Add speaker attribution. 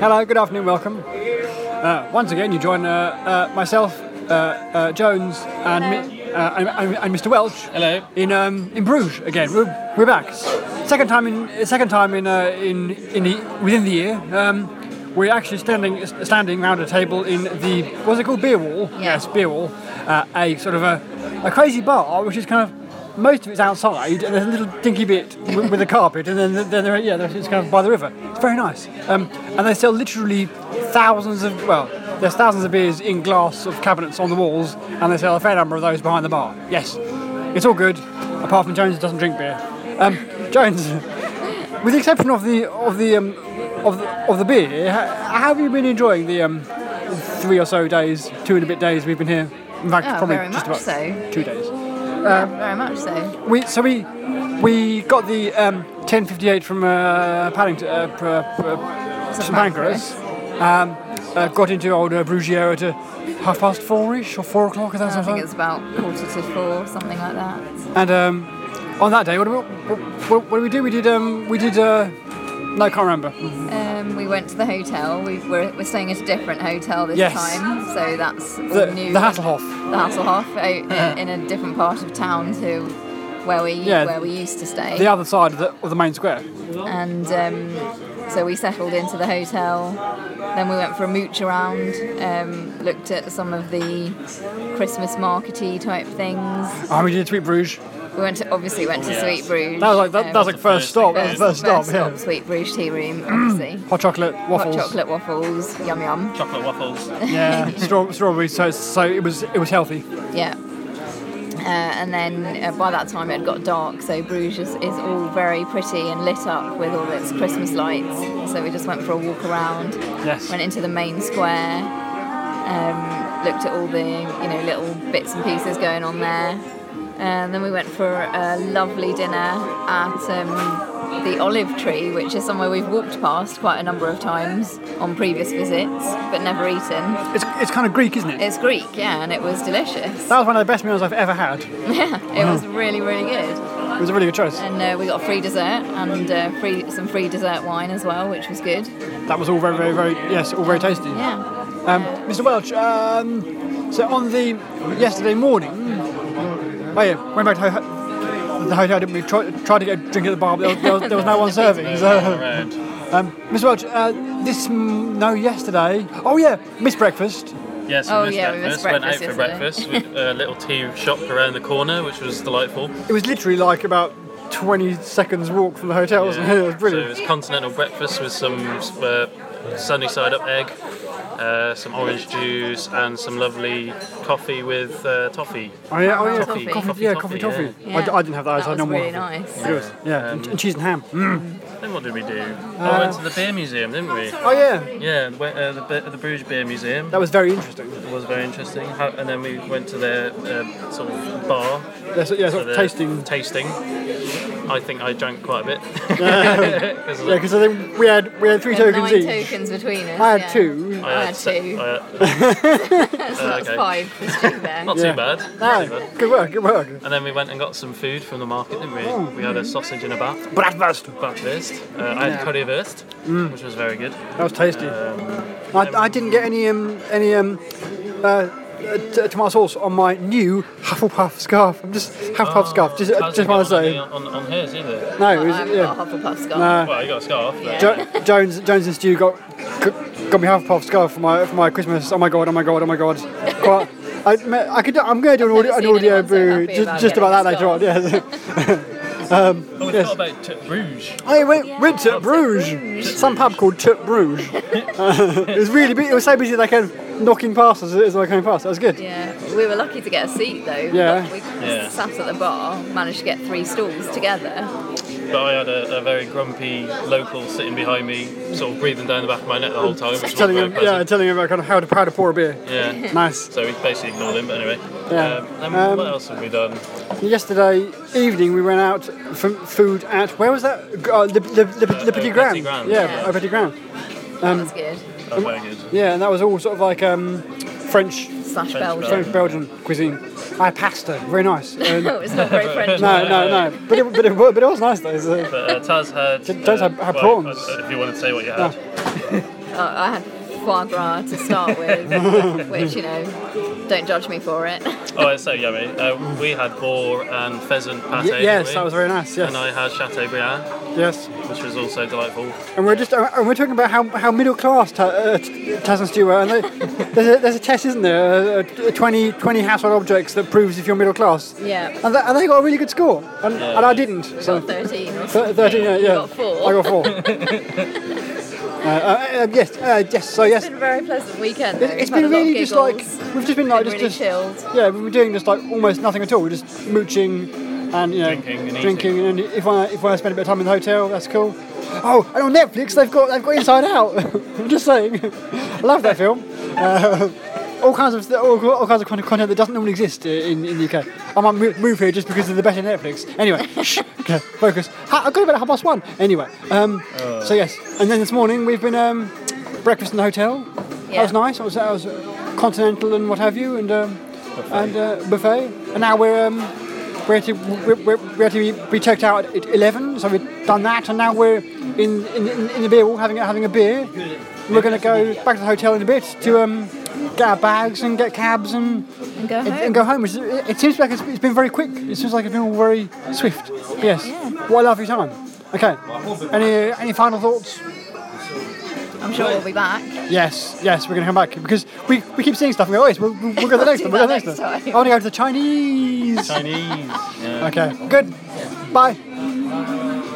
Speaker 1: Hello, good afternoon, welcome. Uh, once again, you join uh, uh, myself, uh, uh, Jones, and, mi- uh, and, and, and Mr. Welch.
Speaker 2: Hello.
Speaker 1: In um, in Bruges again. We're, we're back. S- Second time in second time in uh, in in the within the year. Um, we're actually standing s- standing round a table in the what's it called beer wall?
Speaker 3: Yeah.
Speaker 1: Yes, beer wall. Uh, a sort of a, a crazy bar, which is kind of most of it's outside, and there's a little dinky bit with, with a carpet, and then then there, yeah, there's- it's kind of by the river. It's very nice, um, and they sell literally thousands of well, there's thousands of beers in glass of cabinets on the walls, and they sell a fair number of those behind the bar. Yes, it's all good, apart from Jones who doesn't drink beer. Um, Jones, with the exception of the of the um, of the, of the beer, h- how have you been enjoying the um, three or so days, two and a bit days we've been here? In fact,
Speaker 3: Oh,
Speaker 1: probably
Speaker 3: very
Speaker 1: just
Speaker 3: much
Speaker 1: about
Speaker 3: so.
Speaker 1: two days.
Speaker 3: Yeah, very much so.
Speaker 1: We so we we got the um, 1058 from uh, Paddington, uh, pr- pr-
Speaker 3: St
Speaker 1: St Pancras. Um, uh, got into old uh, Brugiera to half past four-ish or four o'clock. Or that
Speaker 3: I
Speaker 1: sort of
Speaker 3: think
Speaker 1: thing.
Speaker 3: it's about quarter to four, something like that.
Speaker 1: And um, on that day, what, do we- what, what, what did we do? We did um, we did uh, no, I can't remember.
Speaker 3: Um, we went to the hotel. We were, we're staying at a different hotel this
Speaker 1: Yes.
Speaker 3: time, so that's all
Speaker 1: The,
Speaker 3: new.
Speaker 1: the Hasselhoff.
Speaker 3: The Hasselhoff, out uh, in, in a different part of town to where we
Speaker 1: Yeah,
Speaker 3: where we used to stay.
Speaker 1: the other side of the, of the main square.
Speaker 3: and um, so we settled into the hotel. Then we went for a mooch around, um, looked at some of the Christmas markety type things.
Speaker 1: Oh, we did Sweet Bruges.
Speaker 3: We went to obviously went to
Speaker 2: Yeah.
Speaker 3: Sweet Bruges.
Speaker 1: That was like that, that was
Speaker 3: um,
Speaker 1: like first stop. That was the first stop.
Speaker 3: stop,
Speaker 1: Yeah.
Speaker 3: Sweet Bruges tea room, obviously.
Speaker 1: Hot chocolate Mm. waffles.
Speaker 3: Hot chocolate waffles, yum yum.
Speaker 2: Chocolate waffles.
Speaker 1: Yeah, straw, strawberries. So so it was it was healthy.
Speaker 3: Yeah. Uh, and then uh, by that time it had got dark, so Bruges is, is all very pretty and lit up with all its Christmas lights. So we just went for a walk around,
Speaker 1: Yes.
Speaker 3: went into the main square, um, looked at all the you know little bits and pieces going on there, and then we went for a lovely dinner at um, the Olive Tree, which is somewhere we've walked past quite a number of times on previous visits, but never eaten.
Speaker 1: It's it's kind of Greek, isn't it?
Speaker 3: It's Greek, yeah, and it was delicious.
Speaker 1: that was one of the best meals I've ever had.
Speaker 3: It was really, really good.
Speaker 1: It was a really good choice.
Speaker 3: And uh, we got free dessert and uh, free some free dessert wine as well, which was good.
Speaker 1: That was all very very very yes, all very tasty.
Speaker 3: Yeah.
Speaker 1: Um, Mr. Welch, um, so on the yesterday morning, oh yeah, went back to ho- the hotel, didn't we? Try, tried to get a drink at the bar, but there was, there was, there was no one serving. So.
Speaker 2: Red.
Speaker 1: Um, Mr. Welch, uh, this mm, no yesterday. Oh yeah, missed breakfast.
Speaker 2: Yes, we
Speaker 3: Oh,
Speaker 2: missed
Speaker 3: yeah, we
Speaker 2: breakfast.
Speaker 3: missed
Speaker 2: Went out
Speaker 3: breakfast
Speaker 2: for breakfast
Speaker 3: yesterday.
Speaker 2: with a little tea shop around the corner, which was delightful.
Speaker 1: It was literally like about 20 seconds walk from the hotel, wasn't it? It was
Speaker 2: So
Speaker 1: brilliant.
Speaker 2: it was continental breakfast with some uh, sunny side up egg, uh, some orange juice, and some lovely coffee with uh, toffee.
Speaker 1: oh yeah, oh yeah,
Speaker 2: Coffee.
Speaker 1: coffee,
Speaker 2: Coffee,
Speaker 1: yeah, coffee,
Speaker 2: coffee,
Speaker 1: toffee.
Speaker 3: yeah.
Speaker 1: I, d- I didn't have that.
Speaker 3: That
Speaker 1: I had no
Speaker 3: was
Speaker 1: more.
Speaker 3: really
Speaker 1: coffee.
Speaker 3: nice. Um,
Speaker 1: It was, yeah, and- and cheese and ham. Mm.
Speaker 2: Then what did we do? oh, we went to the beer museum, didn't we?
Speaker 1: Oh yeah,
Speaker 2: Yeah, we went, uh, the, Be- the Bruges Beer Museum.
Speaker 1: that was very interesting.
Speaker 2: It was very interesting. How, and then we went to their uh, sort of bar.
Speaker 1: Yeah, so, yeah, sort
Speaker 2: the
Speaker 1: of tasting.
Speaker 2: Tasting. I think I drank quite a bit. 'Cause
Speaker 1: Yeah, because I think we had we had three
Speaker 3: There were
Speaker 1: tokens
Speaker 3: nine
Speaker 1: each.
Speaker 3: tokens between us.
Speaker 1: I had
Speaker 3: yeah.
Speaker 1: two.
Speaker 3: I had
Speaker 2: se-
Speaker 3: two.
Speaker 2: I had-
Speaker 3: So that's
Speaker 2: okay.
Speaker 3: five for Stu there.
Speaker 2: not
Speaker 1: Yeah.
Speaker 2: too bad. Not
Speaker 1: No,
Speaker 2: too bad.
Speaker 1: Ah, good work, good work.
Speaker 2: And then we went and got some food from the market, didn't we?
Speaker 1: Oh.
Speaker 2: We had a sausage in a bath,
Speaker 1: Bratwurst.
Speaker 2: bratwurst. Uh, I had currywurst,
Speaker 1: Mm.
Speaker 2: which was very good.
Speaker 1: That was tasty. I, I didn't get any um, any um, uh, t- tomato sauce on my new Hufflepuff scarf. I'm just Hufflepuff scarf. Just, uh,
Speaker 2: How's
Speaker 1: just
Speaker 2: it
Speaker 1: want to
Speaker 2: got on,
Speaker 1: say, no.
Speaker 2: on, on hers either.
Speaker 1: it was-
Speaker 3: I've
Speaker 1: yeah. Uh,
Speaker 3: got a Hufflepuff scarf.
Speaker 1: No.
Speaker 2: Well, you got a scarf. but-
Speaker 1: Jo- Jones, Jones and Stu got c- got me Hufflepuff scarf for my for my Christmas. Oh my god! Oh my god! Oh my god! Quite, I, me- I could. do- I'm going to do an
Speaker 3: I've
Speaker 1: audio, an
Speaker 3: never seen
Speaker 1: audio
Speaker 3: anyone so
Speaker 1: boo
Speaker 3: happy
Speaker 1: just,
Speaker 3: about
Speaker 1: just
Speaker 3: getting
Speaker 1: about that
Speaker 3: a
Speaker 1: later on. Yes.
Speaker 2: Oh, we forgot about T- Bruges.
Speaker 1: I went, went to
Speaker 3: Tut
Speaker 1: Bruges,
Speaker 3: Bruges.
Speaker 1: some pub called Tut Bruges. it was really bu- it was so busy they kept knocking past us as I came past. That was good.
Speaker 3: Yeah, we were lucky to get a seat though.
Speaker 1: Yeah.
Speaker 3: We
Speaker 2: Yeah.
Speaker 3: sat at the bar, managed to get three stalls together.
Speaker 2: But I had a, a very grumpy local sitting behind me, sort of breathing down the back of my neck the whole time. Which
Speaker 1: telling
Speaker 2: was
Speaker 1: him, yeah, telling him about kind of how to how to pour a beer.
Speaker 2: yeah. yeah.
Speaker 1: Nice.
Speaker 2: So we basically ignored him, but anyway.
Speaker 1: Yeah.
Speaker 2: Um, then what else have we done?
Speaker 1: Yesterday evening, we went out for food at where was that? Uh, the the, the, the Petit
Speaker 2: Petit
Speaker 1: Grand.
Speaker 2: Grand.
Speaker 1: Yeah,
Speaker 3: Yeah.
Speaker 1: yeah. Petit Grand. Um,
Speaker 3: That was good.
Speaker 2: That was Oh, very good.
Speaker 1: Yeah, and that was all sort of like um, French
Speaker 3: Slash
Speaker 2: French
Speaker 3: Belgium.
Speaker 1: French Belgian cuisine. I had pasta, very nice. Um,
Speaker 3: it was not very French.
Speaker 1: no, no, no, but it, but it, wa- but it was nice though. so-
Speaker 2: But uh, Taz had.
Speaker 1: Taz had- had
Speaker 2: well,
Speaker 1: prawns.
Speaker 2: uh, If you want to say what you had.
Speaker 3: uh, I had foie gras to start with, which, you know, don't judge me for it.
Speaker 2: Oh, it's so yummy. Uh, we had boar and pheasant pate.
Speaker 1: Y- yes,
Speaker 2: didn't
Speaker 1: that
Speaker 2: we?
Speaker 1: was very nice. Yes,
Speaker 2: And I had Chateaubriand,
Speaker 1: yes.
Speaker 2: which was also delightful.
Speaker 1: And we're just uh, and we're talking about how, how middle class ta- uh, t- Taz and Stu were. And they, there's, a, there's a test, isn't there? Uh, uh, 20, 20 household objects that proves if you're middle class.
Speaker 3: Yeah.
Speaker 1: And, th- and they got a really good score, and,
Speaker 2: Yeah.
Speaker 1: and I didn't. So.
Speaker 3: 13 or
Speaker 1: Thir-
Speaker 3: something.
Speaker 1: 13, yeah,
Speaker 3: You
Speaker 1: yeah.
Speaker 3: got four.
Speaker 1: I got four. uh, uh, uh, yes, uh, yes, so yes.
Speaker 3: It's been a very pleasant weekend. Though.
Speaker 1: It- It's
Speaker 3: We've
Speaker 1: been
Speaker 3: had a lot of
Speaker 1: really just like
Speaker 3: giggles.
Speaker 1: we've just been like
Speaker 3: Been
Speaker 1: just, just
Speaker 3: really chilled.
Speaker 1: yeah we were doing just like almost nothing at all. We're just mooching and you know
Speaker 2: Drinking and eating.
Speaker 1: drinking and if I if I spend a bit of time in the hotel that's cool. Oh, and on Netflix they've got they've got Inside Out. I'm just saying, I love that film. Uh, all kinds of all, all kinds of con- content that doesn't normally exist in, in the UK. I might move, move here just because of the better Netflix. Anyway, shh, okay, focus. Ha, I got about half past one. Anyway, um,
Speaker 2: Uh.
Speaker 1: so yes, and then this morning we've been um, breakfast in the hotel. That
Speaker 3: Yeah.
Speaker 1: was nice. That was, that was continental and what have you, and um, and uh, buffet. And now we're um, we're to we're, we're, we're to be, be checked out at eleven. So we've done that, and now we're in in, in, in the beer hall having a- having a beer. We're going to go back to the hotel in a bit to um, get our bags and get cabs and
Speaker 3: And go
Speaker 1: and,
Speaker 3: home.
Speaker 1: and go home. Which is, it it seems like it's, it's been very quick. It seems like it's been all very swift. Yes.
Speaker 3: Yeah.
Speaker 1: What a lovely time. Okay. Any any final thoughts?
Speaker 3: I'm sure we'll be back.
Speaker 1: Yes, yes, we're going to come back because we, we keep seeing stuff and we go, oh, yes, we'll, we'll, we'll go to the next
Speaker 3: Do
Speaker 1: one, we'll go to the
Speaker 3: that
Speaker 1: next
Speaker 3: next
Speaker 1: one. I
Speaker 3: time.
Speaker 1: want to go to the Chinese.
Speaker 2: Chinese. Yeah.
Speaker 1: okay, good. Bye.